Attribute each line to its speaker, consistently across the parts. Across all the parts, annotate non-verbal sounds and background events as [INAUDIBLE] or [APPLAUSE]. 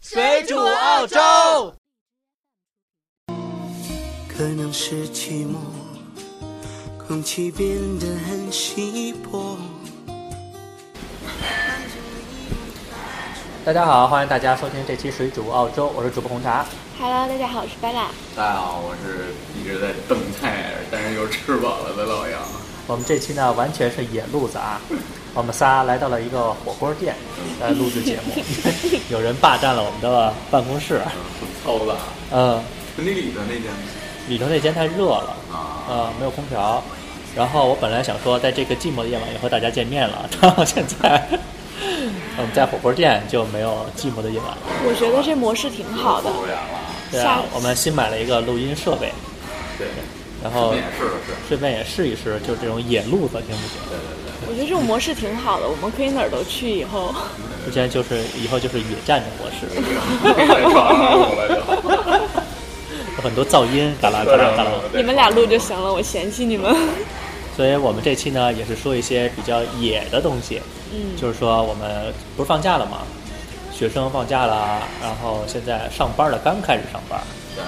Speaker 1: 水煮澳洲。
Speaker 2: 可能是寂寞，空气变得很稀薄。
Speaker 1: 大家好，欢迎大家收听这期水煮澳洲，我是主播红茶。
Speaker 3: Hello，大家好，我是白拉。
Speaker 4: 大家好，我是一直在瞪菜，但是又吃饱了的老杨。
Speaker 1: 我们这期呢，完全是野路子啊！我们仨来到了一个火锅店，来录制节目。有人霸占了我们的办公室，啊
Speaker 4: 嗯，很操吧？
Speaker 1: 嗯，
Speaker 4: 那里头那间呢
Speaker 1: 里头那间太热了，
Speaker 4: 啊，
Speaker 1: 呃，没有空调。然后我本来想说，在这个寂寞的夜晚也和大家见面了，然后现在 [LAUGHS] 我们在火锅店就没有寂寞的夜晚了。
Speaker 3: 我觉得这模式挺好的
Speaker 4: 服，务员了。
Speaker 1: 对啊
Speaker 3: 下，
Speaker 1: 我们新买了一个录音设备，
Speaker 4: 对，
Speaker 1: 然
Speaker 4: 我
Speaker 1: 后
Speaker 4: 们也试了试。
Speaker 1: 顺便也试一试，就这种野路子行不行？
Speaker 4: 对对对，
Speaker 3: 我觉得这种模式挺好的，我们可以哪儿都去。以后
Speaker 1: 之前就是以后就是野战的模式，
Speaker 4: 在床上录了 [LAUGHS] 就。
Speaker 1: 有很多噪音，嘎啦嘎啦
Speaker 4: 啊
Speaker 1: 嘎啦。
Speaker 3: 你们俩录就行了，我嫌弃你们。
Speaker 1: 所以我们这期呢，也是说一些比较野的东西，
Speaker 3: 嗯，
Speaker 1: 就是说我们不是放假了吗？学生放假啦，然后现在上班了，刚开始上班。
Speaker 4: 对，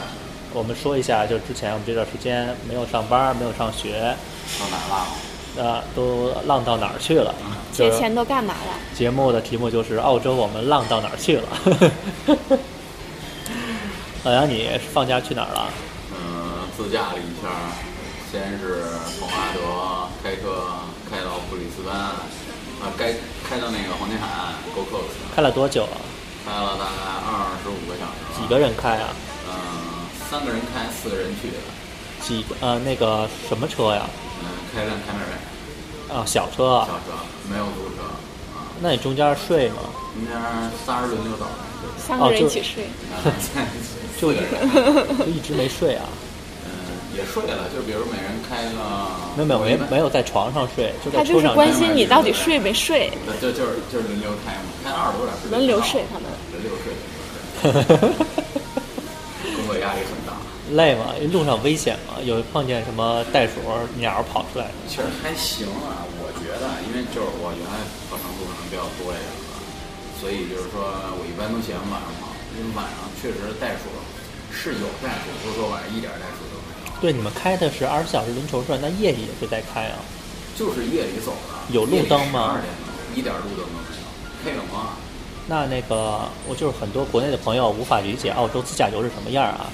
Speaker 1: 我们说一下，就之前我们这段时间没有上班，没有上学，
Speaker 4: 上哪了？
Speaker 1: 呃，都浪到哪儿去了？
Speaker 3: 节
Speaker 1: 就是
Speaker 3: 前都干嘛了？
Speaker 1: 节目的题目就是澳洲我们浪到哪儿去了。 [LAUGHS] 老杨，你放假去哪儿了？
Speaker 4: 嗯，自驾了一圈儿，先是从阿德开车开到布里斯班，啊，该开到那个黄金海岸 g o c o s
Speaker 1: 开了多久了？
Speaker 4: 开了大概二十五个小时。
Speaker 1: 几个？人开啊？
Speaker 4: 嗯，三个人开，四个人去的。
Speaker 1: 几个呃那个什么车呀？
Speaker 4: 嗯，开辆凯美瑞。
Speaker 1: 啊，小车啊。
Speaker 4: 小车，没有租车啊。
Speaker 1: 那你中间睡吗？
Speaker 4: 中间仨人轮流倒着，
Speaker 3: 三个人
Speaker 1: 就
Speaker 3: 一起睡。
Speaker 4: 哦 [LAUGHS] 就
Speaker 1: 就是
Speaker 4: 四个人，
Speaker 1: 就一直
Speaker 4: [LAUGHS]
Speaker 1: 没睡啊？
Speaker 4: 嗯，也睡了，就比如每人开个
Speaker 1: 没有没有没
Speaker 4: 我一般
Speaker 1: 没有在床上睡，就在
Speaker 3: 他就
Speaker 1: 车
Speaker 3: 是
Speaker 1: 上
Speaker 3: 关
Speaker 1: 睡
Speaker 3: 心你到底睡没睡，
Speaker 4: 对就就是就是轮流开嘛，开二十多小时，
Speaker 3: 轮流睡，他们。
Speaker 4: 轮流睡，工作压力很大，
Speaker 1: [LAUGHS] 累吗？路上危险吗？有碰见什么袋鼠、鸟跑出来吗？
Speaker 4: 其实还行啊，我觉得，因为就是我原来跑长途可能比较多一点吧，所以就是说我一般都喜欢晚上跑，因为晚上确实袋鼠是有袋鼠，不是说晚上一点袋鼠都没有。
Speaker 1: 对，你们开的是二十小时轮轴转，那夜里也是在开啊？
Speaker 4: 就是夜里走的，
Speaker 1: 有路灯吗
Speaker 4: 二点钟一点路灯都没有，配了吗？
Speaker 1: 那那个，我就是很多国内的朋友无法理解澳洲自驾游是什么样啊？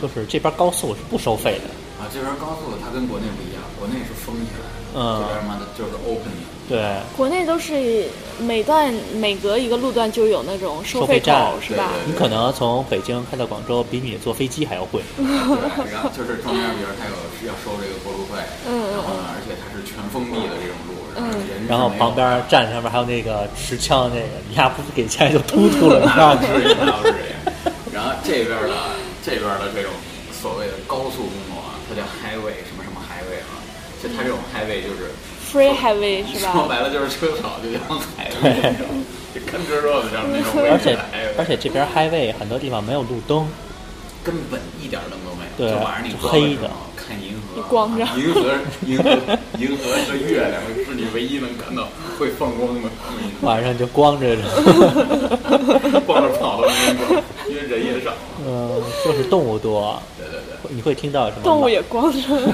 Speaker 1: 就是这边高速是不收费的，
Speaker 4: 啊，这边高速它跟国内不一样，国内是封起来的，
Speaker 1: 嗯
Speaker 4: 这边妈的就是 open 的，
Speaker 1: 对，
Speaker 3: 国内都是每段每隔一个路段就有那种收
Speaker 1: 收费
Speaker 3: 费
Speaker 1: 站
Speaker 3: 口，是吧？
Speaker 4: 对
Speaker 1: 你可能从北京开到广州比你坐飞机还要贵。 [LAUGHS]
Speaker 4: 对，然后就是中间，比如它有是要收这个过路费，
Speaker 3: 嗯
Speaker 4: 然后呢，而且它是全封闭的这种路，然后人是
Speaker 1: 嗯然后
Speaker 4: 没有
Speaker 1: 旁边站上面还有那个持枪那个，你丫不给钱就突突了，你
Speaker 3: [LAUGHS]
Speaker 1: 知
Speaker 4: 那
Speaker 1: 道
Speaker 3: 啊
Speaker 1: 吗？
Speaker 4: 是也那是也，然后这边的这边的这种所谓的高速公路啊，它叫 highway 什么什么 highway 啊，就它这
Speaker 1: 嗯
Speaker 4: 种 highway 就是
Speaker 3: Free Highway
Speaker 4: [LAUGHS]
Speaker 3: 是
Speaker 4: 说
Speaker 3: 吧？
Speaker 4: 白了就是车少就像海那种，就坑哧肉的这样那种，
Speaker 1: 而且而且这边 highway 很多地方没有路灯，
Speaker 4: 根本一点灯都没有，
Speaker 1: 对
Speaker 4: 就晚上你
Speaker 1: 就
Speaker 4: 光的
Speaker 1: 黑
Speaker 4: 时
Speaker 1: 的
Speaker 4: 候看银河，
Speaker 3: 你光着
Speaker 4: 银河银河银河和月亮是你唯一能看到会放光的东西，
Speaker 1: 晚上就光着
Speaker 3: [LAUGHS]
Speaker 1: 着。
Speaker 4: 光着跑都没光，因为人也少。
Speaker 1: 嗯，就是动物多，
Speaker 4: 对对对，
Speaker 1: 你会听到什么？
Speaker 3: 动物也光着。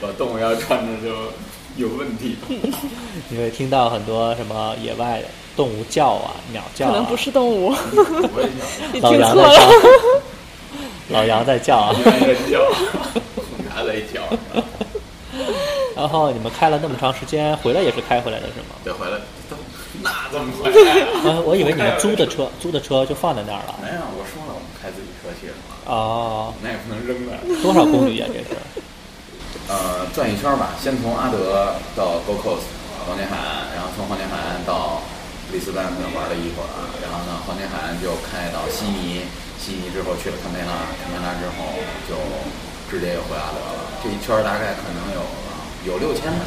Speaker 4: 把动物要穿着就有问题。
Speaker 1: 你会听到很多什么野外的动物叫啊，鸟叫、啊，
Speaker 3: 可能不是动物，
Speaker 4: 我也想，
Speaker 3: 你
Speaker 1: 老
Speaker 3: 听
Speaker 1: 杨
Speaker 3: 错
Speaker 1: 在
Speaker 3: 了
Speaker 1: 叫。，啊
Speaker 3: [LAUGHS]
Speaker 1: 老杨在叫啊。
Speaker 4: 一般人叫，啥在叫？
Speaker 1: 然后你们开了那么长时间，回来也是开回来的是吗？
Speaker 4: 得回来，那这么快啊？
Speaker 1: 啊，我以为你们租的车，租的车就放在那儿了。
Speaker 4: 没有，我说了，我们开自己车去的嘛。
Speaker 1: 哦，
Speaker 4: 那也不能扔了。
Speaker 1: 多少公里啊？这是？
Speaker 4: 呃，转一圈吧，先从阿德到 Gold Coast 黄金海岸，然后从黄金海岸到布里斯班可能玩了一会儿，啊然后呢，黄金海岸就开到悉尼，悉尼之后去了堪培拉，堪培拉之后就直接又回阿德了。这一圈儿大概可能有有六千吧，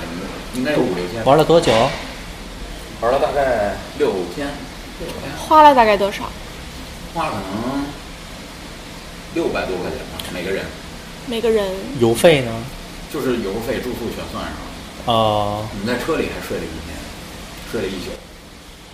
Speaker 4: 应该有五六千，
Speaker 1: 玩了多久？
Speaker 4: 玩了大概六天，六天
Speaker 3: 花了大概多少？
Speaker 4: 花了可能六百多块钱吧，每个人
Speaker 3: 每个人
Speaker 1: 油费呢？
Speaker 4: 就是油费、住宿全算上了。
Speaker 1: 哦，
Speaker 4: 我们在车里还睡了一天，睡了一宿。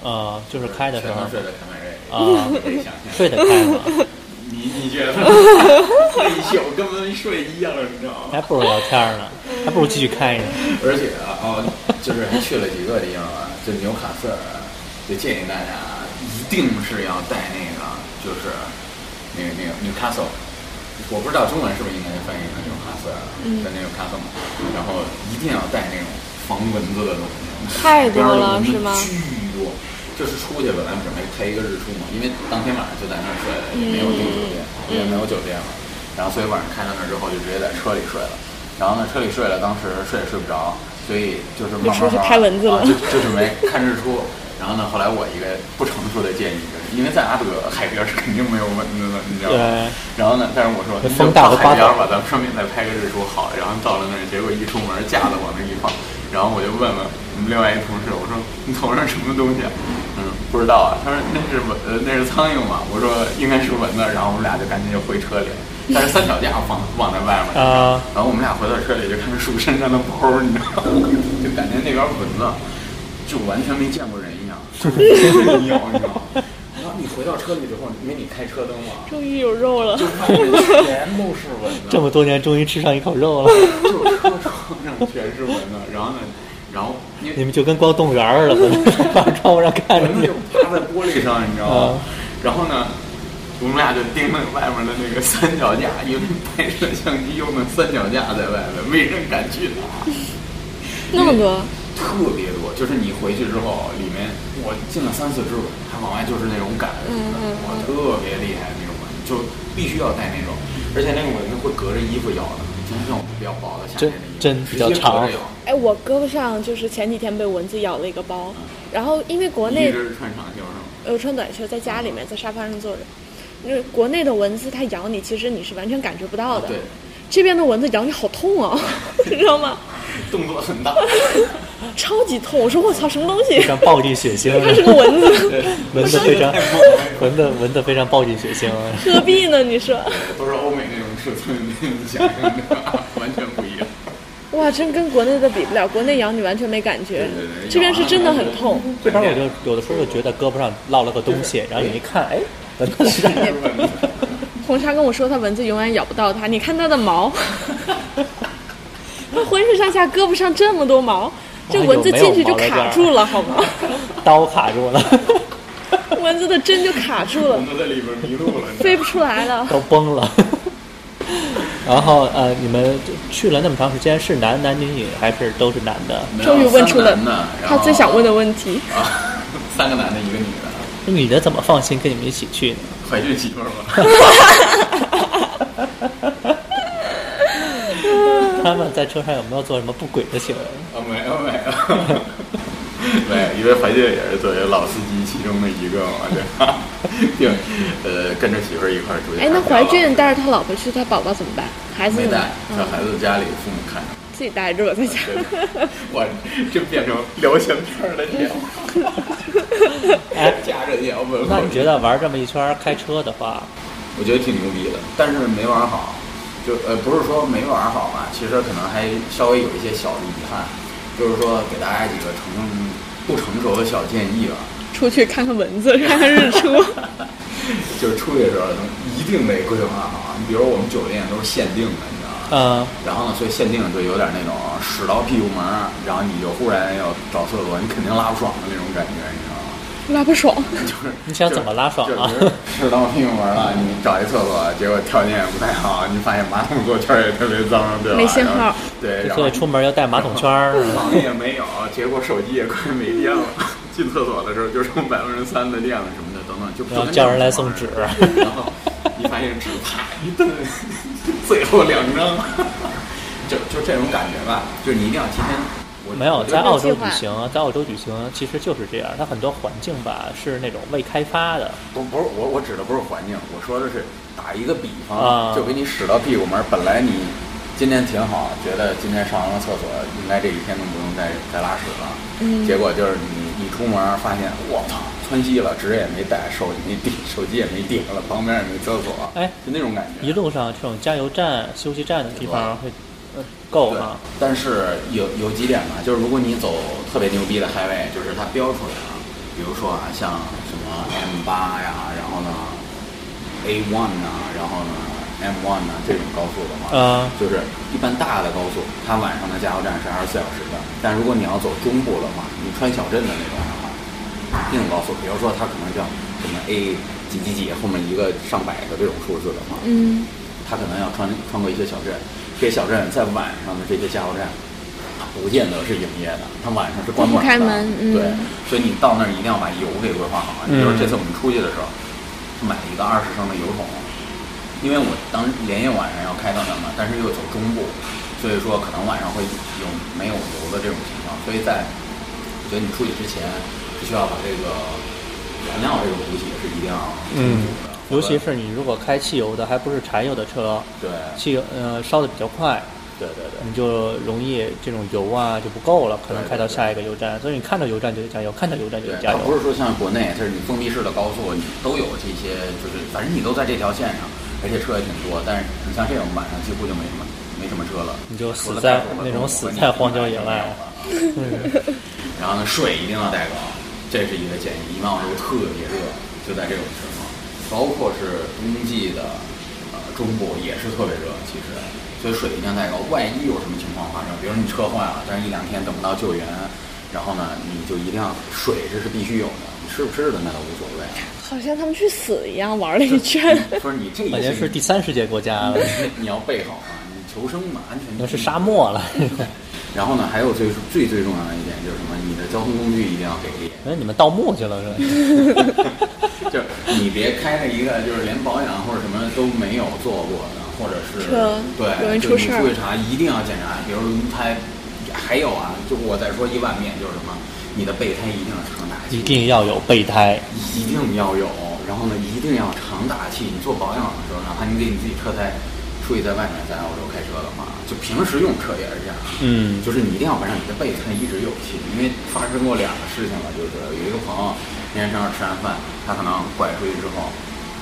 Speaker 1: 嗯、呃，就是开的时候
Speaker 4: 全都睡得凯美瑞里 [LAUGHS]
Speaker 1: 啊
Speaker 4: 你可以想象
Speaker 1: 睡得开吗？ [LAUGHS]
Speaker 4: 你你觉得那一宿跟没睡一样，你知道吗？
Speaker 1: 还不如聊天呢，还不如继续开呢。
Speaker 4: 而且啊，哦，就是还去了几个地方啊，就纽卡斯尔，啊就建议大家啊一定是要带那个，就是那个那个 Newcastle，我不知道中文是不是应该翻译成纽卡斯尔，
Speaker 3: 嗯
Speaker 4: 但那个 Newcastle，嘛然后一定要带那种防蚊子的东西，
Speaker 3: 太多了
Speaker 4: 蚊子
Speaker 3: 是吗
Speaker 4: 巨多。就是出去本来准备开一个日出嘛，因为当天晚上就在那儿睡了，也没有
Speaker 3: 嗯
Speaker 4: 订酒店，也没有酒店嘛，然后所以晚上开到那儿之后就直接在车里睡了，然后呢车里睡了，当时睡也睡不着，所以就是慢慢
Speaker 3: 就出去拍蚊子
Speaker 4: 啊
Speaker 3: 了
Speaker 4: 就就准备看日出。然后呢，后来我一个不成熟的建议，就是因为在阿德海边是肯定没有蚊子的，你知道吗？
Speaker 1: 对，
Speaker 4: 然后呢，但是我说
Speaker 1: 那
Speaker 4: 你就
Speaker 1: 风大
Speaker 4: 到
Speaker 1: 的
Speaker 4: 海边
Speaker 1: 巴掌
Speaker 4: 吧，咱们顺便再拍个日出好了。然后到了那儿，结果一出门架子往那一放，然后我就问问我们另外一同事，我说你头上什么东西、啊？嗯，不知道啊。他说那是蚊，呃，那是苍蝇嘛。我说应该是蚊子。然后我们俩就赶紧就回车里，但是三脚架放放在外面。
Speaker 1: [LAUGHS] 啊、
Speaker 4: 然后我们俩回到车里就看着树身上的包儿，你知道吗？就感觉那边蚊子就完全没见过人一样，就是一样，你知道吗？然后你回到车里之后，因为你开车灯嘛，
Speaker 3: 终于有肉了
Speaker 4: 就，外面全都是蚊子，
Speaker 1: 这么多年终于吃上一口肉了， [LAUGHS]
Speaker 4: 就车窗上全是蚊子，然后呢，然后因
Speaker 1: 你
Speaker 4: 为
Speaker 1: 们就跟逛动物园儿似的， [LAUGHS] 往窗户上看着
Speaker 4: 蚊 [LAUGHS] 子
Speaker 1: 你
Speaker 4: 就。趴在玻璃上，你知道吗
Speaker 1: 啊？
Speaker 4: 然后呢，我们俩就盯着外面的那个三脚架，因为拍摄相机用的三脚架在外面，没人敢去拿。
Speaker 3: 那么多，
Speaker 4: 特别多，就是你回去之后，里面我进了三四只，它往外就是那种赶的，
Speaker 3: 嗯嗯嗯
Speaker 4: 我特别厉害那种蚊子，就必须要带那种，而且那个蚊子会隔着衣服咬的，就是那种比较薄的夏天的衣服，
Speaker 1: 针针
Speaker 4: 直
Speaker 1: 比
Speaker 4: 接
Speaker 1: 较
Speaker 4: 隔着
Speaker 1: 长
Speaker 4: 咬
Speaker 3: 哎，我胳膊上就是前几天被蚊子咬了一个包，然后因为国
Speaker 4: 你一
Speaker 3: 内
Speaker 4: 直穿长袖是吗？
Speaker 3: 呃穿短袖在家里面在沙发上坐着，就是国内的蚊子它咬你，其实你是完全感觉不到的。
Speaker 4: 啊对，
Speaker 3: 这边的蚊子咬你好痛啊， [LAUGHS] 你知道吗？
Speaker 4: 动作
Speaker 1: [LAUGHS]
Speaker 4: 很大，
Speaker 3: 超级痛！我说我操，什么东西？
Speaker 1: 像暴力血腥，
Speaker 3: [LAUGHS] 这是个蚊子，
Speaker 4: 对，
Speaker 1: 蚊子非常
Speaker 4: 太猛了
Speaker 1: [LAUGHS] 蚊子蚊子非常暴力血腥。
Speaker 3: 何必呢？你说，
Speaker 4: 都是欧美那种尺寸，你想象的 [LAUGHS] 完全不一样。
Speaker 3: 哇，真跟国内的比不了，国内咬你完全没感觉
Speaker 4: 对对对，
Speaker 3: 这边是真的很痛。
Speaker 1: 这边我 [LAUGHS] 就有的时候就觉得胳膊上落了个东西，然后你一看，哎，蚊子是 [LAUGHS] 在
Speaker 4: 蚊子
Speaker 3: 红茶跟我说，它蚊子永远咬不到它，你看它的毛， [LAUGHS] 它浑身上下、胳膊上这么多毛，这蚊子进去就卡住了，好吗？
Speaker 1: 刀卡住了，
Speaker 3: 蚊子的针就卡住了
Speaker 4: 蚊，子在里边迷路了，你知道吗
Speaker 3: 飞不出来了。
Speaker 1: [LAUGHS] 都崩了。然后呃，你们去了那么长时间，是男男女女还是都是男的？
Speaker 3: 终于问出了
Speaker 4: 三个男的然
Speaker 3: 他
Speaker 4: 后
Speaker 3: 最想问的问题，
Speaker 4: 啊，三个男的，一个女的。
Speaker 1: 那女的怎么放心跟你们一起去呢？
Speaker 4: 怀孕媳妇儿吗？
Speaker 1: 他们在车上有没有做什么不轨的行为？
Speaker 4: 啊，没有没有，没有，因为怀孕也是作为老司机其中的一个嘛，对吧？并呃跟着媳妇儿一块儿出去。
Speaker 3: 哎，那怀俊带着他老婆去，他宝宝怎么办？孩子
Speaker 4: 没
Speaker 3: 怎么
Speaker 4: 带
Speaker 3: 办？，
Speaker 4: 小孩子家里父母看着。
Speaker 3: 自己带着我在家。
Speaker 4: 对我真变成聊闲篇儿的
Speaker 3: [LAUGHS]
Speaker 4: 节目，
Speaker 1: 哎，
Speaker 4: 家人也要问问。
Speaker 1: 那你觉得玩这么一圈儿开车的话，
Speaker 4: 我觉得挺牛逼的，但是没玩好，就呃不是说没玩好吧，其实可能还稍微有一些小的遗憾，就是说给大家几个成不成熟的小建议吧，
Speaker 3: 出去看看蚊子，看看日出。
Speaker 4: 就是出去的时候一定得规划好。啊你比如我们酒店都是限定的，你知道吗？
Speaker 1: 嗯、
Speaker 4: 然后呢，所以限定就有点那种屎到屁股门儿，然后你就忽然要找厕所，你肯定拉不爽的那种感觉，你知道吗？
Speaker 3: 拉不爽，
Speaker 4: 就是
Speaker 1: 你想怎么拉爽啊
Speaker 4: 就是就是到屁股门了，你找一厕所，结果条件也不太好，你发现马桶座圈也特别脏，对吧？
Speaker 3: 没信号
Speaker 4: 然后。对，然
Speaker 1: [LAUGHS] 所
Speaker 4: 后
Speaker 1: 以出门要带马桶圈儿。
Speaker 4: [LAUGHS] 网也没有，结果手机也快没电了。进厕所的时候就剩百分之三的电了什么的，等等，就不
Speaker 1: 然后叫人来送纸
Speaker 4: 然后一发现纸啪一蹬，最后两张，就就这种感觉吧，就你一定要提前。我
Speaker 1: 没有，
Speaker 4: 我觉
Speaker 1: 在
Speaker 4: 得
Speaker 1: 澳洲
Speaker 3: 计划
Speaker 1: 旅行，在澳洲旅行其实就是这样，它很多环境吧是那种未开发的，
Speaker 4: 不不是我我指的不是环境，我说的是打一个比方，
Speaker 1: 啊
Speaker 4: 就给你使到屁股门儿。本来你今天挺好，觉得今天上完了厕所，应该这一天都不用再再拉屎了。嗯。结果就是你一出门儿发现，我操，窜稀了，纸也没带，手也没电，手机也没电了，旁边也没厕所，
Speaker 1: 哎
Speaker 4: 就那种感觉。
Speaker 1: 一路上这种加油站、休息站的地
Speaker 4: 对
Speaker 1: 方会，呃，够
Speaker 4: 对
Speaker 1: 哈。，
Speaker 4: 但是有有几点吧，就是如果你走特别牛逼的 highway，就是它标出来啊，比如说啊，像什么 M 八呀，然后呢 A one 呐，然后呢 M one 呐这种高速的话，
Speaker 1: 嗯
Speaker 4: 就是一般大的高速，它晚上的加油站是二十四小时的。但如果你要走中部的话，你穿小镇的那种的话，硬高速，比如说它可能叫什么 A 几几几后面一个上百个这种数字的话，
Speaker 3: 嗯，
Speaker 4: 它可能要穿穿过一些小镇，这些小镇在晚上的这些加油站，它不见得是营业的，它晚上是关门的。
Speaker 3: 不开门嗯
Speaker 4: 对，所以你到那儿一定要把油给规划好。比
Speaker 1: 嗯
Speaker 4: 如这次我们出去的时候，买了一个二十升的油桶，因为我当时连夜晚上要开到那儿嘛，但是又走中部，所以说可能晚上会有没有油的这种情况，所以在我觉得你出去之前是需要把这个燃料这个补给是一定要充足的，
Speaker 1: 嗯尤其
Speaker 4: 否
Speaker 1: 是你如果开汽油的，还不是柴油的车，
Speaker 4: 则对
Speaker 1: 汽油呃烧的比较快，
Speaker 4: 对对对。
Speaker 1: 你就容易这种油啊就不够了，可能
Speaker 4: 对
Speaker 1: 开到
Speaker 4: 对
Speaker 1: 下一个油站，所以你看到油站就得加油，看到油站就
Speaker 4: 对
Speaker 1: 得，加
Speaker 4: 它不
Speaker 1: 油。
Speaker 4: 是说像国内，就是你封闭式的高速，你都有这些，就是反正你都在这条线上，而且车也挺多。但是你像这种晚上几乎就没什么没什么车了，
Speaker 1: 你就死
Speaker 4: 除了大
Speaker 1: 在
Speaker 4: 众的公
Speaker 1: 那种
Speaker 4: 路
Speaker 1: 死
Speaker 4: 和
Speaker 1: 在
Speaker 4: 你
Speaker 1: 荒郊
Speaker 4: 自己
Speaker 1: 野
Speaker 4: 的
Speaker 1: 外
Speaker 4: 没有 [LAUGHS] 了然后呢，水一定要带高，这是一个建议。以往的时候特别热，就在这种情况，包括是冬季的呃中部也是特别热，其实。所以水一定要带高，万一有什么情况发生，比如你车坏了，但是一两天等不到救援，然后呢，你就一定要水，这是必须有的。你吃不吃的那倒无所谓，啊
Speaker 3: 好像他们去死一样玩了一
Speaker 4: [LAUGHS]
Speaker 3: 圈。
Speaker 4: 不是你这
Speaker 1: [LAUGHS] 感
Speaker 4: 也
Speaker 1: 觉是第三世界国家了，
Speaker 4: 你要备好啊，你求生嘛，安全
Speaker 1: 那是
Speaker 4: 第一
Speaker 1: 沙漠了。 [LAUGHS]
Speaker 4: 然后呢，还有最最最重要的一点就是什么？你的交通工具一定要给力，
Speaker 1: 哎，你们盗墓去了是吧？
Speaker 4: 就是你别开着一个就是连保养或者什么都没有做过的，或者是
Speaker 3: 车
Speaker 4: 对，
Speaker 3: 容易
Speaker 4: 就
Speaker 3: 出
Speaker 4: 你
Speaker 3: 事儿
Speaker 4: 出去查一定要检查，比如轮胎，还有啊，就我再说一万遍就是什么，你的备胎一定要常打气，
Speaker 1: 一定要有备胎，
Speaker 4: 一定要有，然后呢，一定要常打气。你做保养的时候，哪怕你给你自己车胎，出去在外面在澳洲开车的话，就平时用车也是这样。
Speaker 1: 嗯，
Speaker 4: 就是你一定要让你的备胎一直有气，因为发生过两个事情了，就是有一个朋友那天正好吃完饭，他可能拐出去之后，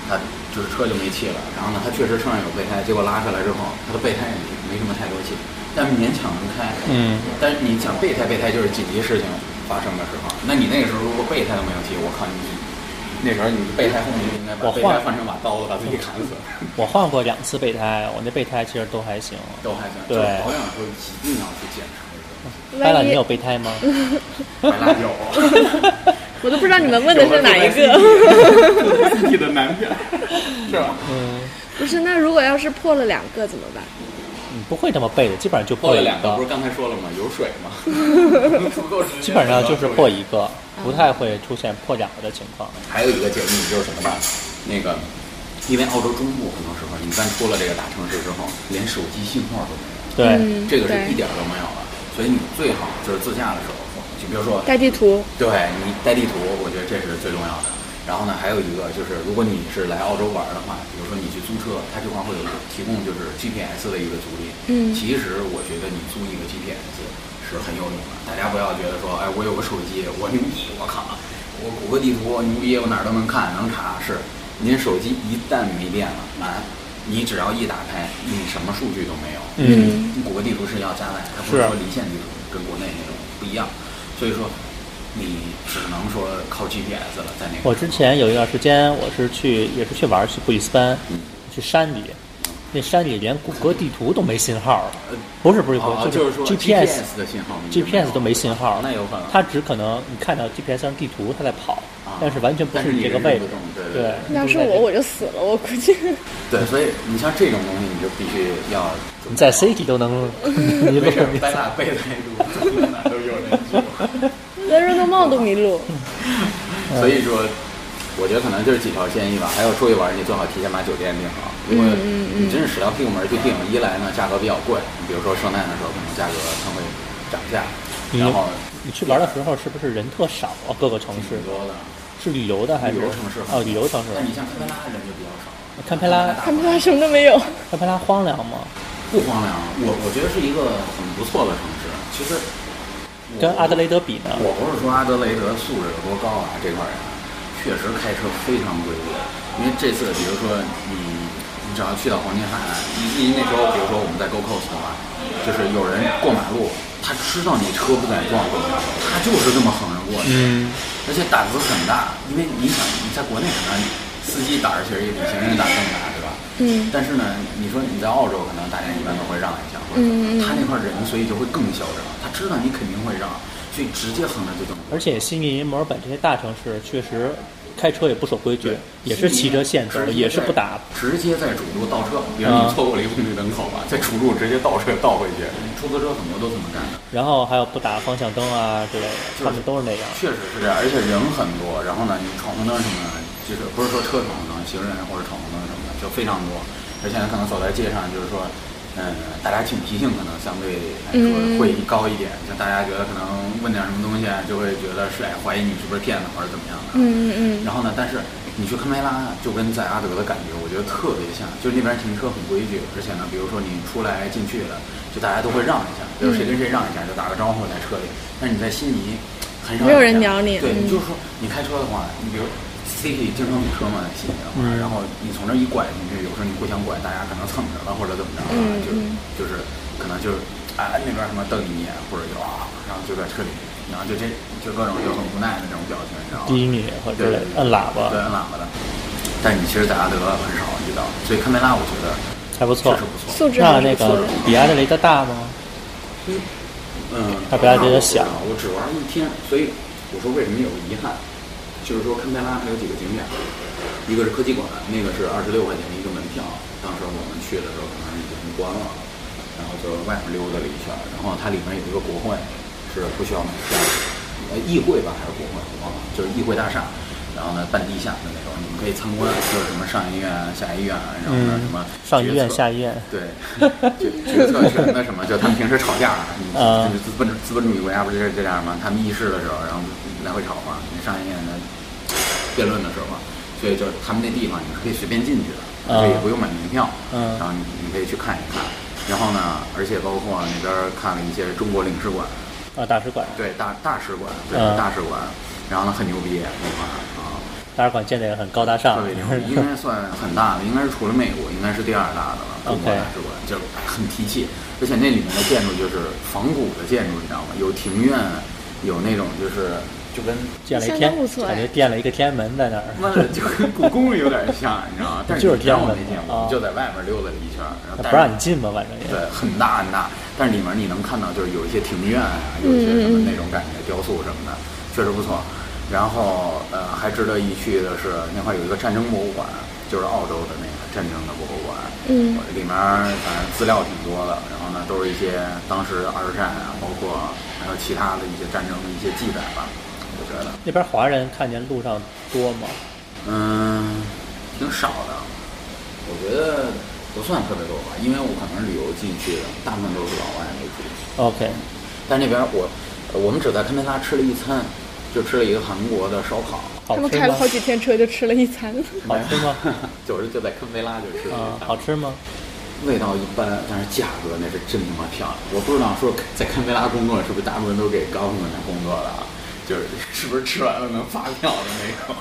Speaker 4: 他就是车就没气了，然后呢，他确实车上有备胎，结果拉下来之后，他的备胎也没什么太多气，但是勉强能开。
Speaker 1: 嗯，
Speaker 4: 但是你想备胎，备胎就是紧急事情发生的时候，那你那个时候如果备胎都没有气，我靠你！那时候你备胎后面就应该把
Speaker 1: 我
Speaker 4: 备
Speaker 1: 换
Speaker 4: 胎换成把刀子把自己砍
Speaker 1: [LAUGHS]
Speaker 4: 死，
Speaker 1: 我换过两次备胎，我那备胎其实都还行。
Speaker 4: 都还行。
Speaker 1: 对
Speaker 4: 就是保养的时候一定要去检查一 [LAUGHS] 下，
Speaker 1: 白了，
Speaker 3: 万
Speaker 1: 你
Speaker 3: 一
Speaker 1: 有备胎吗？
Speaker 4: 买辣椒。
Speaker 3: 我都不知道你们问的是哪一个。
Speaker 4: 个？你的难点是吧？
Speaker 3: 不是，那如果要是破了两个怎么办？
Speaker 1: 你嗯不会这么备的，基本上就
Speaker 4: 破
Speaker 1: 破
Speaker 4: 了
Speaker 1: 一
Speaker 4: 两个，不是
Speaker 1: 个，
Speaker 4: 刚才说了吗？有水吗？
Speaker 1: 基本上就是破一个，
Speaker 3: 嗯
Speaker 1: 不太会出现破两个的情况。
Speaker 4: 还有一个建议就是什么呢？那个，因为澳洲中部很多时候，你一般出了这个大城市之后，连手机信号都没有，
Speaker 1: 对，
Speaker 3: 嗯，
Speaker 4: 这个是
Speaker 3: 对
Speaker 4: 一点儿都没有了。所以你最好就是自驾的时候，就比如说
Speaker 3: 带地图，
Speaker 4: 对你带地图，我觉得这是最重要的。然后呢，还有一个就是，如果你是来澳洲玩的话，比如说你去租车，它这块会有提供就是 GPS 的一个租赁。
Speaker 3: 嗯
Speaker 4: 其实我觉得你租一个 GPS 是很有用的。大家不要觉得说，哎，我有个手机，我牛逼，我靠，我谷歌地图牛逼，我哪儿都能看能查。是，您手机一旦没电了，完，你只要一打开，你什么数据都没有。
Speaker 1: 嗯，
Speaker 4: 谷歌地图是要加载，它不是
Speaker 1: 是
Speaker 4: 说离线地图，跟国内那种不一样，所以说你只能说靠 GPS 了，在那个
Speaker 1: 我之前有一段时间，我是去也是去玩儿去布里斯班，
Speaker 4: 嗯
Speaker 1: 去山里，那山里连谷歌地图都没信号了
Speaker 4: 呃，
Speaker 1: 不是不是
Speaker 4: 哦
Speaker 1: 不
Speaker 4: 就是是说
Speaker 1: GPS
Speaker 4: GPS 的信号你就没有
Speaker 1: GPS 都没信号，
Speaker 4: 那有可能
Speaker 1: 它只可能你看到 GPS 上地图它在跑
Speaker 4: 啊，
Speaker 1: 但是完全不是你这个
Speaker 4: 但是你认
Speaker 1: 位置
Speaker 4: 不。懂对
Speaker 1: 对
Speaker 4: 对，
Speaker 3: 要是我我就死了，我估计。 [LAUGHS]
Speaker 4: 对，所以你像这种东西，你就必须要
Speaker 1: 你在 City 都能，你
Speaker 4: 没事
Speaker 1: 都
Speaker 4: 儿，白大背太住，哪 [LAUGHS] 都有人
Speaker 1: 嗯
Speaker 4: 住。
Speaker 3: 连润的帽都迷路，
Speaker 4: 嗯所以说，我觉得可能就是几条建议吧。还有出去玩，你最好提前把酒店订好，因为你真是屎到屁股门儿就订。一来呢，价格比较贵，你比如说圣诞的时候，可能价格它会涨价，
Speaker 1: 你
Speaker 4: 然后
Speaker 1: 你去玩的时候是不是人特少啊？各个城市
Speaker 4: 挺多的。
Speaker 1: 是旅游的还
Speaker 4: 嗯
Speaker 1: 是
Speaker 4: 旅游城市嗯
Speaker 1: 哦，旅游城市。
Speaker 4: 那你像堪培拉人就比较少，
Speaker 1: 堪培拉，
Speaker 3: 他们他什么都没有。
Speaker 1: 堪培拉荒凉吗？
Speaker 4: 不荒凉，我我觉得是一个很不错的城市。其实我
Speaker 1: 跟阿德雷德比呢？
Speaker 4: 我不是说阿德雷德素质有多高啊，这块儿人确实开车非常规律。因为这次，比如说你，你只要去到黄金海岸，因为那时候，比如说我们在 Go Coast 的话，就是有人过马路，他知道你车不敢撞，他就是这么横着过去。
Speaker 1: 嗯，
Speaker 4: 而且胆子很大，因为你想你在国内可能司机胆儿其实也比行人胆更大，对吧？
Speaker 3: 嗯
Speaker 4: 但是呢，你说你在澳洲，可能大家一般都会让一下，或者
Speaker 3: 嗯嗯嗯
Speaker 4: 他那块人，所以就会更嚣张。他知道你肯定会让，所以直接横着就这么过。
Speaker 1: 而且悉尼、墨尔本这些大城市确实开车也不守规矩
Speaker 4: 对，
Speaker 1: 也是骑着线走
Speaker 4: 直，接
Speaker 1: 也是
Speaker 4: 在
Speaker 1: 不打。
Speaker 4: 直接在主路倒车。比如
Speaker 1: 啊
Speaker 4: 你错过了一个红绿灯口吧，在主路直接倒车倒回去。出租车很多都这么干的，
Speaker 1: 然后还有不打方向灯啊之类的，
Speaker 4: 就是
Speaker 1: 他们都是那样。
Speaker 4: 确实是这样，而且人很多。然后呢，你闯红灯什么的，就是不是说车闯红灯，行人或者闯红灯什么的就非常多。而且呢，可能走在街上，就是说，嗯，大家警惕性可能相对来说
Speaker 3: 嗯
Speaker 4: 会高一点。就大家觉得可能问点什么东西啊，就会觉得是哎怀疑你是不是骗子或者怎么样的。
Speaker 3: 嗯嗯嗯
Speaker 4: 然后呢，但是你去堪培拉就跟在阿德的感觉，我觉得特别像，就是那边停车很规矩，而且呢，比如说你出来进去了，就大家都会让一下，
Speaker 3: 嗯
Speaker 4: 比如谁跟谁让一下，就打个招呼在车里。但是你在悉尼，很少
Speaker 3: 没有人
Speaker 4: 这样
Speaker 3: 鸟你
Speaker 4: 对，
Speaker 3: 嗯
Speaker 4: 你就是说你开车的话，你比如 city 经常堵车嘛，悉尼的话，
Speaker 1: 嗯
Speaker 4: 然后你从这儿一拐进去，有时候你互相拐，大家可能蹭着了或者怎么着了，
Speaker 3: 嗯
Speaker 4: 就
Speaker 3: 嗯
Speaker 4: 就是可能就是哎那边什么瞪你一眼，或者就啊，然后就在车里，然后就这就各种就很无奈的这种表情，你知道吗？
Speaker 1: 第一米或者之类的，摁喇叭
Speaker 4: 对，摁喇叭的。但你其实在阿德很少遇到，所以堪培拉我觉得
Speaker 1: 还不
Speaker 4: 确
Speaker 1: 错
Speaker 4: 实。不错。
Speaker 3: 素质
Speaker 1: 那
Speaker 3: 还是
Speaker 1: 那
Speaker 3: 不错
Speaker 1: 个
Speaker 3: 的。
Speaker 1: 比亚迪雷达大吗？
Speaker 4: 嗯，
Speaker 1: 它比阿德小
Speaker 4: 我只玩一天，所以我说为什么有遗憾，就是说堪培拉它有几个景点，一个是科技馆，那个是二十六块钱一个门票，当时我们去的时候可能已经关了，然后就外面溜达了一圈，然后它里面有一个国会，是不需要买票的，呃，议会吧还是国会，我忘了，就是议会大厦。然后呢，半地下的那种，你们可以参观，就是什么上议院、啊下议院，然后呢
Speaker 1: 嗯
Speaker 4: 什么
Speaker 1: 上医
Speaker 4: 决
Speaker 1: 院
Speaker 4: 策
Speaker 1: 下医院，
Speaker 4: 对，决决策权的什么，就他们平时吵架啊，你
Speaker 1: 啊
Speaker 4: 就是资本资本主义国家不就是这样吗？他们议事的时候，然后来回吵嘛，你上一年的辩论的时候嘛，所以就是他们那地方你是可以随便进去的，所
Speaker 1: 啊
Speaker 4: 以也不用买门票，
Speaker 1: 嗯
Speaker 4: 然后你你可以去看一看。然后呢，而且包括那边看了一些中国领事馆，
Speaker 1: 啊，大使馆，
Speaker 4: 对大大使馆，对、
Speaker 1: 嗯
Speaker 4: 大使馆，然后呢很牛逼那块儿啊，
Speaker 1: 大使馆建的也很高大上
Speaker 4: 特。别牛逼，应该算很大的，应该是除了美国，应该是第二大的了。中国
Speaker 1: OK
Speaker 4: 大使馆就很提气，而且那里面的建筑就是仿古的建筑，你知道吗？有庭院，有那种就是就跟
Speaker 1: 建了一
Speaker 3: 相
Speaker 1: 天
Speaker 3: 当不，错
Speaker 1: 感觉
Speaker 3: 哎
Speaker 1: 建了一个天安门在那儿。
Speaker 4: 妈的就跟故宫有点像，你知道
Speaker 1: [LAUGHS]
Speaker 4: 吗？但是
Speaker 1: 就是
Speaker 4: 你让我
Speaker 1: 天安
Speaker 4: 没
Speaker 1: 门
Speaker 4: 见过，
Speaker 1: 啊
Speaker 4: 我就在外面溜达了一圈，然后
Speaker 1: 那
Speaker 4: 但
Speaker 1: 不让
Speaker 4: 是
Speaker 1: 你进吧，反正也。
Speaker 4: 对，很大很大，但是里面你能看到就是有一些庭院啊，有一些什么那种感觉，雕塑什么的，确实不错。然后呃，还值得一去的是那块有一个战争博物馆，就是澳洲的那个战争的博物馆，
Speaker 3: 嗯
Speaker 4: 里面反正资料挺多的，然后呢都是一些当时二战啊，包括还有其他的一些战争的一些记载吧，我觉得
Speaker 1: 那边华人看见路上多吗？
Speaker 4: 嗯，挺少的，我觉得不算特别多吧，因为我可能是旅游进去的，大部分都是老外为主。
Speaker 1: OK，
Speaker 4: 但那边我呃我们只在堪培拉吃了一餐，就吃了一个韩国的烧烤，
Speaker 1: 好
Speaker 3: 他们
Speaker 1: 吃
Speaker 3: 开了
Speaker 1: 吗
Speaker 3: 好？几天车就吃了一餐。
Speaker 1: 好吃吗？
Speaker 4: [LAUGHS] 就是就在堪培拉就吃了
Speaker 1: 啊
Speaker 4: 一，餐，
Speaker 1: 好吃吗？
Speaker 4: 味道一般，但是价格那是真他妈漂亮。我不知道说在堪培拉工作是不是大部分都给高层们来工作的啊，就是是不是吃完了能发票的那种。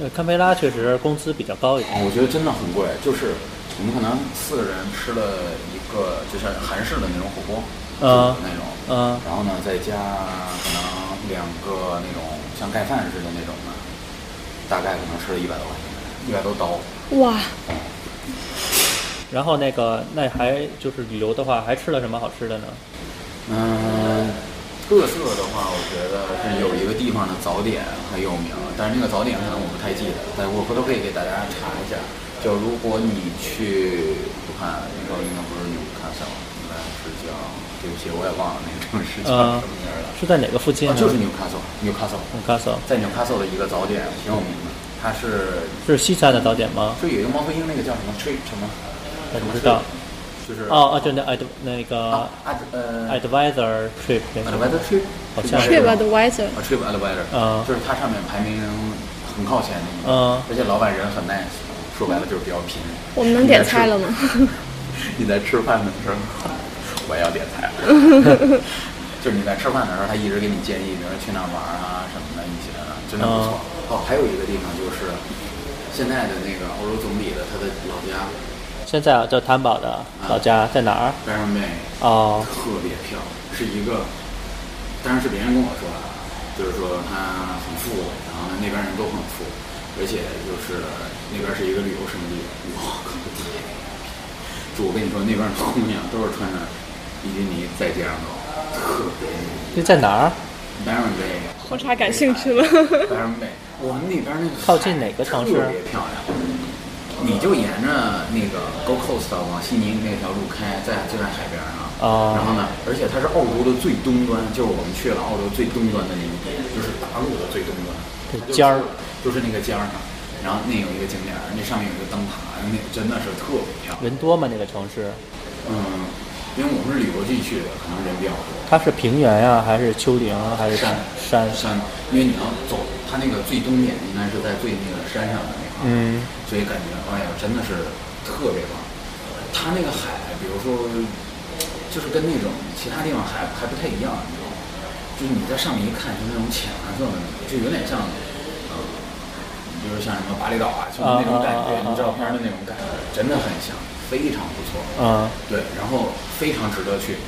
Speaker 1: 呃，堪培拉确实工资比较高一点。
Speaker 4: 哦，我觉得真的很贵，就是我们可能四个人吃了一个，就像韩式的那种火锅，
Speaker 1: 嗯
Speaker 4: 就是那种，
Speaker 1: 嗯
Speaker 4: 然后呢再加可能两个那种像盖饭似的那种的，大概可能吃了一百多块钱，一百多刀。
Speaker 3: 哇，
Speaker 1: 然后那个，那还就是旅游的话，还吃了什么好吃的呢？
Speaker 4: 嗯，特色的话，我觉得是有一个地方的早点很有名，但是那个早点可能我不太记得，但我回头可以给大家查一下。就如果你去武汉，那时候应该不是纽卡小，应该是叫，对不起，我也忘了那个城市叫什么名儿了。
Speaker 1: 是嗯在哪个附近
Speaker 4: 啊
Speaker 1: 呢？
Speaker 4: 就是纽卡索，纽卡索，
Speaker 1: 纽卡索，
Speaker 4: 在纽卡索的一个早点挺有名的，它是
Speaker 1: 是西餐的早点吗？
Speaker 4: 就有一个猫头鹰那个叫什么 tree 什么，
Speaker 1: 我
Speaker 4: 什么
Speaker 1: 不知道。
Speaker 4: tree，就是
Speaker 1: 哦哦，就那 ad 那个
Speaker 4: 啊，ad 呃
Speaker 1: advisor trip 那个
Speaker 4: advisor tree，
Speaker 1: 好像是
Speaker 3: 去吧，advisor。
Speaker 4: 啊，Trip Elevator，
Speaker 1: 嗯
Speaker 4: 就是它上面排名很靠前的一个，
Speaker 1: 嗯
Speaker 4: 而且老板人很 nice，说白了就是比较拼。
Speaker 3: 我们能点菜了吗？
Speaker 4: 你在吃饭的时候， [LAUGHS] 我也要点菜。就是你在吃饭的时候，他一直给你建议，比如说去哪儿玩啊什么的一些的，真的不错。哦，还有一个地方就是现在的那个欧洲总理的他的老家
Speaker 1: 现在啊，叫坦堡的老家在哪儿？
Speaker 4: b a r m a y
Speaker 1: 哦，
Speaker 4: 特别漂亮，是一个，当然是别人跟我说的啊，就是说它很富，然后呢那边人都很富，而且就是那边是一个旅游胜地。我靠！就我跟你说，那边的姑娘都是穿着比基尼在街上走，特别美。
Speaker 1: 这在哪儿？
Speaker 4: 白润北，
Speaker 3: 我差感兴趣
Speaker 4: [LAUGHS]
Speaker 3: 了。
Speaker 4: 白润北，我们那边那个海
Speaker 1: 靠近哪个城市
Speaker 4: 特别漂亮。你就沿着那个 Go Coast 往悉尼那条路开，在就在海边上。
Speaker 1: 哦
Speaker 4: 然后呢，而且它是澳洲的最东端，就是我们去了澳洲最东端的那一点，就是大陆的最东端。
Speaker 1: 这
Speaker 4: 它就是
Speaker 1: 尖儿
Speaker 4: 就是那个尖儿上，然后那有一个景点儿，那上面有一个灯塔，那真的是特别漂亮。
Speaker 1: 人多吗？那个城市？
Speaker 4: 嗯，因为我们是旅游季去的，可能人比较多。
Speaker 1: 它是平原呀、还是丘陵啊，还是
Speaker 4: 山
Speaker 1: 山？
Speaker 4: 山，因为你要走，它那个最东点应该是在最那个山上的那块儿，
Speaker 1: 嗯，
Speaker 4: 所以感觉哎呀，真的是特别棒。它那个海，比如说，就是跟那种其他地方海还不太一样，你知道吗？就是你在上面一看，就那种浅蓝色的那种，就有点像，呃，比如像什么巴厘岛啊，就是那种感觉，
Speaker 1: 啊啊啊啊啊
Speaker 4: 你照片的那种感觉，真的很像，非常不错。
Speaker 1: 嗯，
Speaker 4: 对，然后非常值得去，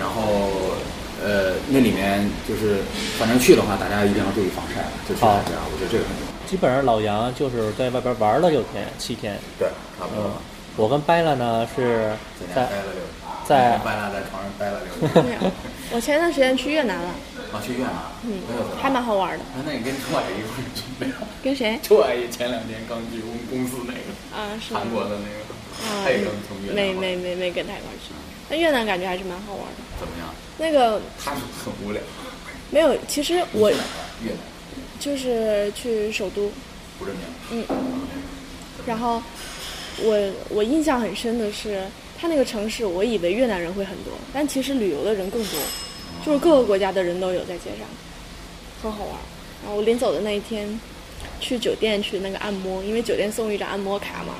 Speaker 4: 然后呃，那里面就是反正去的话，大家一定要注意防晒，就去海边，我觉得这个很重要。
Speaker 1: 基本上老杨就是在外边玩了六天七天。
Speaker 4: 对，差不多了。，
Speaker 1: 嗯我跟掰了呢是
Speaker 4: 哦在家
Speaker 1: 在
Speaker 4: 待了六，
Speaker 1: 在
Speaker 4: 掰拉在床上掰了六天，
Speaker 3: 没有，我前段时间去越南了，
Speaker 4: 啊，去越南，
Speaker 3: 嗯
Speaker 4: 没有，
Speaker 3: 还蛮。好玩的。
Speaker 4: 啊，那你跟臭阿姨一块儿去没有？
Speaker 3: 跟谁？
Speaker 4: 臭阿姨前两天刚去我们公司那个
Speaker 3: 啊，是吗
Speaker 4: 韩国的那个，
Speaker 3: 啊
Speaker 4: 她也刚从越南回
Speaker 3: 没
Speaker 4: 来
Speaker 3: 没没没跟他一块儿去。那越南感觉还是蛮好玩的。
Speaker 4: 怎么样？
Speaker 3: 那个
Speaker 4: 她说很无聊。
Speaker 3: 没有，其实我
Speaker 4: 你去哪儿了越南
Speaker 3: 就是去首都，
Speaker 4: 不正经。
Speaker 3: 嗯，然后我我印象很深的是，它那个城市，我以为越南人会很多，但其实旅游的人更多，就是各个国家的人都有在街上，很好玩儿。然后我临走的那一天，去酒店去那个按摩，因为酒店送一张按摩卡嘛，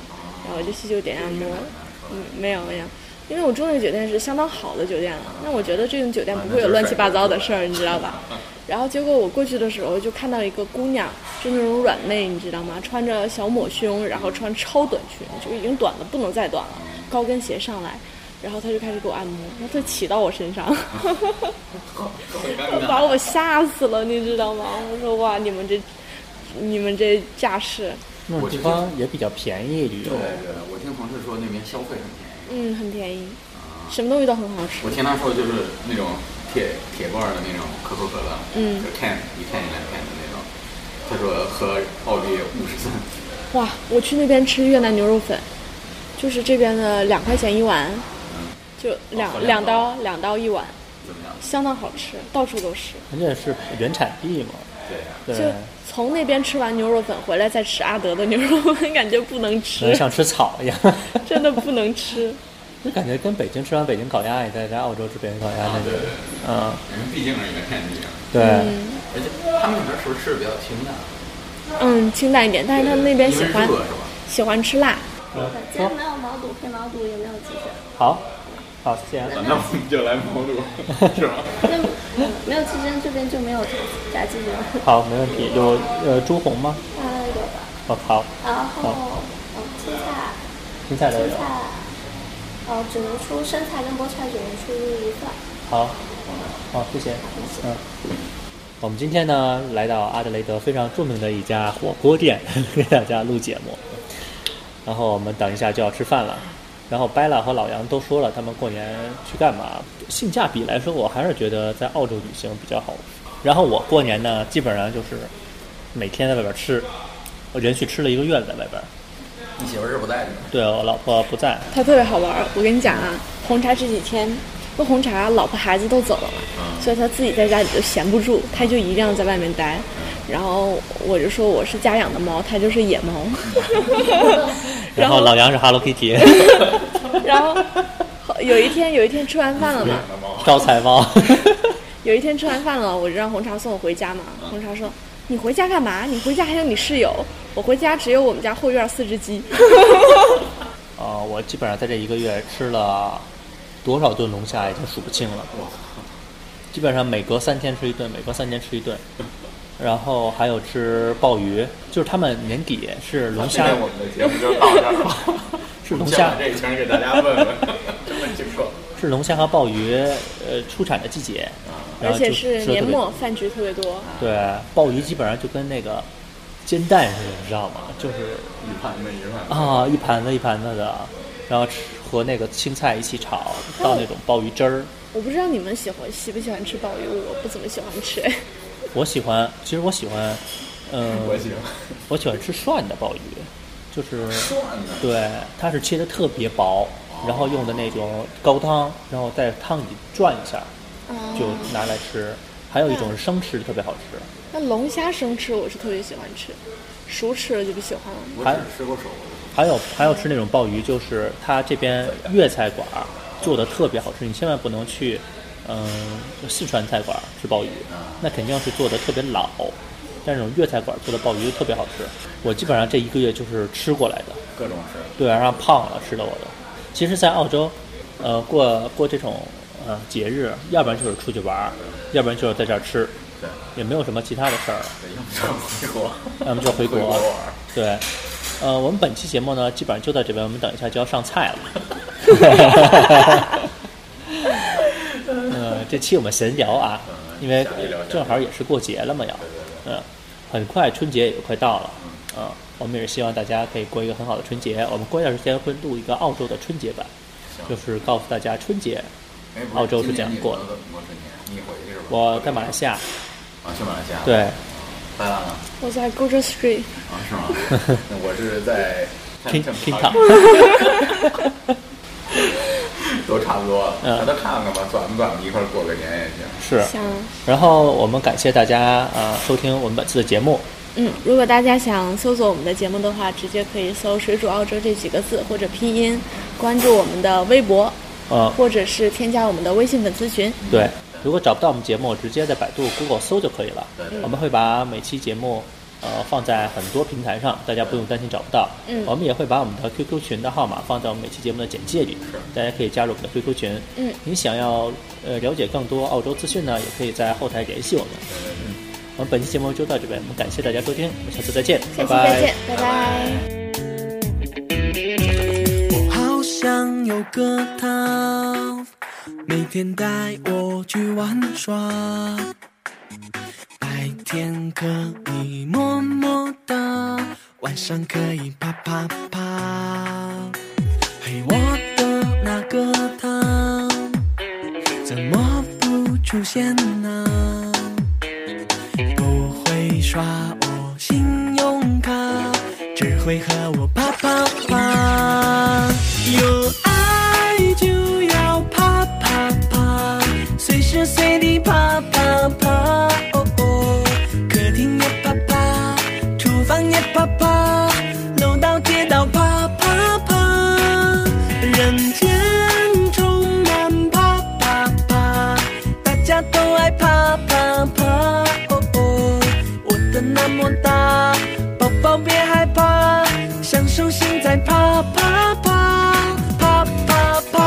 Speaker 3: 然后我就去酒店按摩。嗯，没有没有，因为我住那个酒店是相当好的酒店了，那我觉得这种酒店不会有乱七八糟的事儿，你知道吧？ [LAUGHS] 然后结果我过去的时候就看到一个姑娘，就那种软妹，你知道吗？穿着小抹胸，然后穿超短裙，就已经短的不能再短了，高跟鞋上来，然后她就开始给我按摩，然后她骑到我身上，
Speaker 4: 很尴尬。
Speaker 3: [LAUGHS] 把我吓死了，你知道吗？我说哇，你们这，你们这架势，
Speaker 1: 那种地方也比较便宜旅游
Speaker 4: 对。对，我听同事说那边消费很便宜。
Speaker 3: 嗯，很便宜，什么东西都很好吃
Speaker 4: 我。听他说就是那种铁铁罐儿的那种可口可乐，
Speaker 3: 嗯
Speaker 4: 就 can 一 can 一两 can 的那种。他说和澳币五十三，
Speaker 3: 哇，我去那边吃越南牛肉粉，就是这边的两块钱一碗，就两、
Speaker 4: 哦
Speaker 3: 两
Speaker 4: 两刀
Speaker 3: 刀两刀一碗，
Speaker 4: 怎么样？
Speaker 3: 相当好吃，到处都是。
Speaker 1: 人家是原产地嘛，
Speaker 4: 对，
Speaker 3: 就
Speaker 1: 对，
Speaker 3: 从那边吃完牛肉粉回来再吃阿德的牛肉粉，感觉不能
Speaker 1: 可能
Speaker 3: 吃，
Speaker 1: 像吃草一样。 [LAUGHS]
Speaker 3: 真的不能吃。
Speaker 1: 就感觉跟北京吃完北京烤鸭，也在在澳洲吃北京烤鸭那
Speaker 4: 对
Speaker 1: 种
Speaker 4: 对。对，
Speaker 1: 嗯，
Speaker 4: 人家毕竟是原产地啊，
Speaker 1: 对，
Speaker 3: 嗯
Speaker 4: 而且他们那边是不是吃的比较清淡？
Speaker 3: 嗯，清淡一点，但是他们那边喜欢
Speaker 4: 因为热是吧？
Speaker 3: 喜欢吃辣。
Speaker 5: 今天没有毛肚，配毛肚也没有鸡翅，
Speaker 1: 好，好，谢谢啊。
Speaker 4: 那我们就来毛肚，是吧？
Speaker 5: 那嗯没有鸡胗这边就没有炸鸡胗，
Speaker 1: 好，没问题。有呃猪红吗？
Speaker 5: 呃有吧，
Speaker 1: 哦，好，
Speaker 5: 然后嗯青菜，
Speaker 1: 青菜都
Speaker 5: 青
Speaker 1: 有。
Speaker 4: 啊
Speaker 5: 菜，呃只能出生菜跟菠菜只能出一份，
Speaker 1: 好，好，谢谢。嗯，我们今天呢来到阿德雷德非常著名的一家火锅店， [LAUGHS] 给大家录节目。然后我们等一下就要吃饭了。然后白拉和老杨都说了，他们过年去干嘛？性价比来说，我还是觉得在澳洲旅行比较好。然后我过年呢，基本上就是每天在外边吃，我连续吃了一个月了在外边。
Speaker 4: 你媳妇儿是不在的吗？
Speaker 1: 对我老婆不在，
Speaker 3: 它特别好玩儿。我跟你讲啊，红茶这几天，那红茶老婆孩子都走了嘛，
Speaker 1: 嗯
Speaker 3: 所以他自己在家里就闲不住，他就一定要在外面待。然后我就说我是家养的猫，它就是野
Speaker 1: [LAUGHS]
Speaker 3: 猫。
Speaker 1: 然后老杨是 Hello Kitty [LAUGHS]
Speaker 3: 然后后有一天有一天吃完饭了嘛，
Speaker 1: 招财猫。
Speaker 3: 有一天吃完饭了，我就让红茶送我回家嘛。
Speaker 1: 嗯
Speaker 3: 红茶说：“你回家干嘛？你回家还有你室友，我回家只有我们家后院四
Speaker 1: [LAUGHS]
Speaker 3: 只鸡。
Speaker 1: 呃，我基本上在这一个月吃了多少顿龙虾已经数不清了。
Speaker 4: 哇，
Speaker 1: 基本上每隔三天吃一顿，每隔三天吃一顿，然后还有吃鲍鱼，就是他们年底是龙
Speaker 4: 啊现
Speaker 1: 虾
Speaker 4: 在，我们的节目就到这儿了。
Speaker 1: 是龙
Speaker 4: 先把
Speaker 1: 虾，
Speaker 4: 这一圈给大家问问，这么情况。啊
Speaker 1: 是龙虾和鲍鱼呃出产的季节，然
Speaker 3: 而
Speaker 1: 后
Speaker 3: 且
Speaker 1: 就是吃得
Speaker 3: 年
Speaker 1: 特别
Speaker 3: 末饭局特别多，
Speaker 1: 对，鲍鱼基本上就跟那个煎蛋似的，你知道吗？就是
Speaker 4: 一盘子一盘子。
Speaker 1: 啊，一盘子一盘子的，然后吃和那个青菜一起炒，倒那种鲍鱼汁儿。
Speaker 3: 我不知道你们喜欢喜不喜欢吃鲍鱼，我不怎么喜欢吃。
Speaker 1: 我喜欢，其实我喜欢，嗯，
Speaker 4: 我喜欢
Speaker 1: 我喜欢吃涮的鲍鱼，就是
Speaker 4: 涮的，
Speaker 1: 对，它是切的特别薄，然后用的那种高汤，然后在汤里转一下，
Speaker 3: 哦
Speaker 1: 就拿来吃。还有一种是生吃，特别好吃。
Speaker 3: 那龙虾生吃我是特别喜欢吃，熟吃了就不喜欢了。
Speaker 4: 我
Speaker 1: 还
Speaker 4: 只吃过手
Speaker 1: 还有还有吃那种鲍鱼，就是它这边粤菜馆儿做的特别好吃，你千万不能去，嗯、就四川菜馆儿吃鲍鱼，那肯定是做的特别老。但是那种粤菜馆儿做的鲍鱼就特别好吃，我基本上这一个月就是吃过来的，
Speaker 4: 各种吃。
Speaker 1: 对，然后胖了吃的我都。其实，在澳洲，呃，过过这种呃节日，要不然就是出去玩儿，要不然就是在这儿吃，
Speaker 4: 对，
Speaker 1: 也没有什么其他的事儿了。
Speaker 4: 对，要么就回国，
Speaker 1: 要么就回国
Speaker 4: 国玩。
Speaker 1: 对，呃，我们本期节目呢，基本上就到这边，我们等一下就要上菜了。 [LAUGHS] 呃，这期我们闲聊啊，因为正好也是过节了嘛，要，嗯、很快春节也就快到了，嗯、我们也是希望大家可以过一个很好的春节。我们过一段时间会录一个澳洲的春节版，就是告诉大家春节
Speaker 4: 哎不
Speaker 1: 澳洲是
Speaker 4: 今
Speaker 1: 这样
Speaker 4: 年你
Speaker 1: 过的
Speaker 4: 回国春节你回去是吧？
Speaker 1: 我在马来西亚，
Speaker 4: 啊，去马来西亚。，
Speaker 1: 对，
Speaker 4: 拜了呢？
Speaker 3: 我在 Gorge Street，
Speaker 4: 啊，是吗？那我是在
Speaker 1: 拼拼烫，
Speaker 4: 都差不多，
Speaker 1: 嗯
Speaker 4: 那都看看吧，转不转一块儿过个年也行。
Speaker 1: [LAUGHS] 是。
Speaker 3: 想
Speaker 1: 然后我们感谢大家呃收听我们本次的节目，
Speaker 3: 嗯，如果大家想搜索我们的节目的话，直接可以搜“水煮澳洲”这几个字或者拼音，关注我们的微博，
Speaker 1: 呃，
Speaker 3: 或者是添加我们的微信粉丝群。
Speaker 1: 对，如果找不到我们节目，直接在百度、Google 搜就可以了。
Speaker 4: 对
Speaker 1: 我们会把每期节目呃放在很多平台上，大家不用担心找不到。
Speaker 3: 嗯
Speaker 1: 我们也会把我们的 QQ 群的号码放到每期节目的简介里，大家可以加入我们的 QQ 群。
Speaker 3: 嗯，
Speaker 1: 你想要呃了解更多澳洲资讯呢，也可以在后台联系我们。嗯，我们本期节目就到这边，我们感谢大家收听，我们下次再见，
Speaker 3: 下期
Speaker 1: 拜拜
Speaker 3: 再见，拜拜
Speaker 2: 好想有个他，每天带我去玩耍。白天可以么么哒，晚上可以啪啪啪。陪我的那个他，怎么不出现呢？不会刷我信用卡，只会和我啪啪啪。有爱就要啪啪啪，随时随地啪啪啪。哦哦，客厅也啪啪，厨房也啪啪，楼道街道啪啪啪，人间充满啪啪啪。大家都爱啪啪啪，哦哦，我的那么大，宝宝别害怕，享受现在啪啪啪，啪啪啪。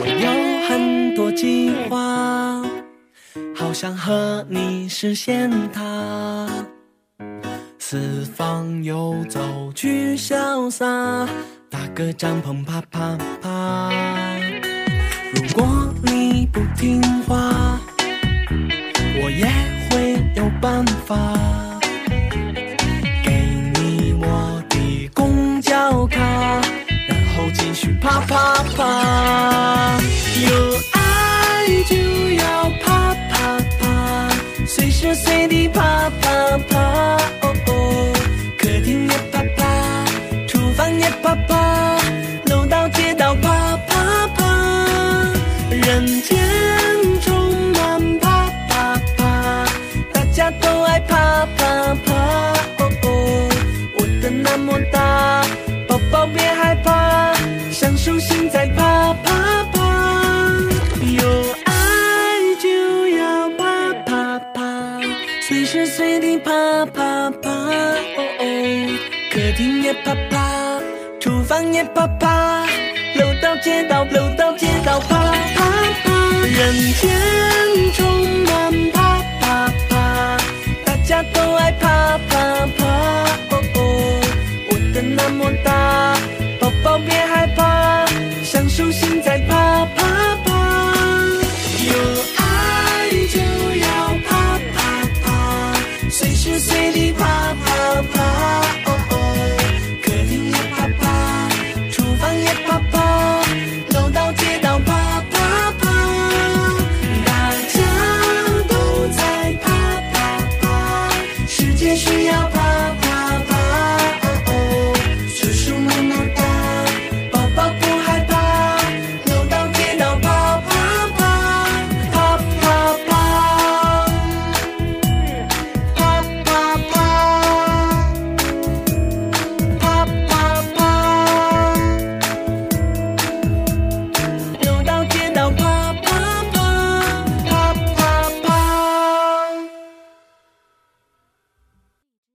Speaker 2: 我有很多计划，好想和你实现它。四方游走去潇洒，搭个帐篷啪啪啪。如果你不听话，我也会有办法。给你我的公交卡，然后继续啪啪啪。有爱就要啪啪啪，随时随地啪啪啪。哦哦，客厅也啪啪，厨房也啪啪，楼道街道啪啪啪，人间充满啪啪啪，大家都爱啪啪啪。哦哦，我的那么大，宝宝别害怕，享受现在啪啪啪。有爱就要啪啪啪，随时随地啪啪啪。哦哦，客厅也啪啪，厨房也啪啪，楼道街道楼道街道啪啪啪，人间充满啪。啪啪啪，哦哦，我的那么大，宝宝别害怕，享受现在啪啪啪，有爱就要啪啪啪，随时随地啪。哦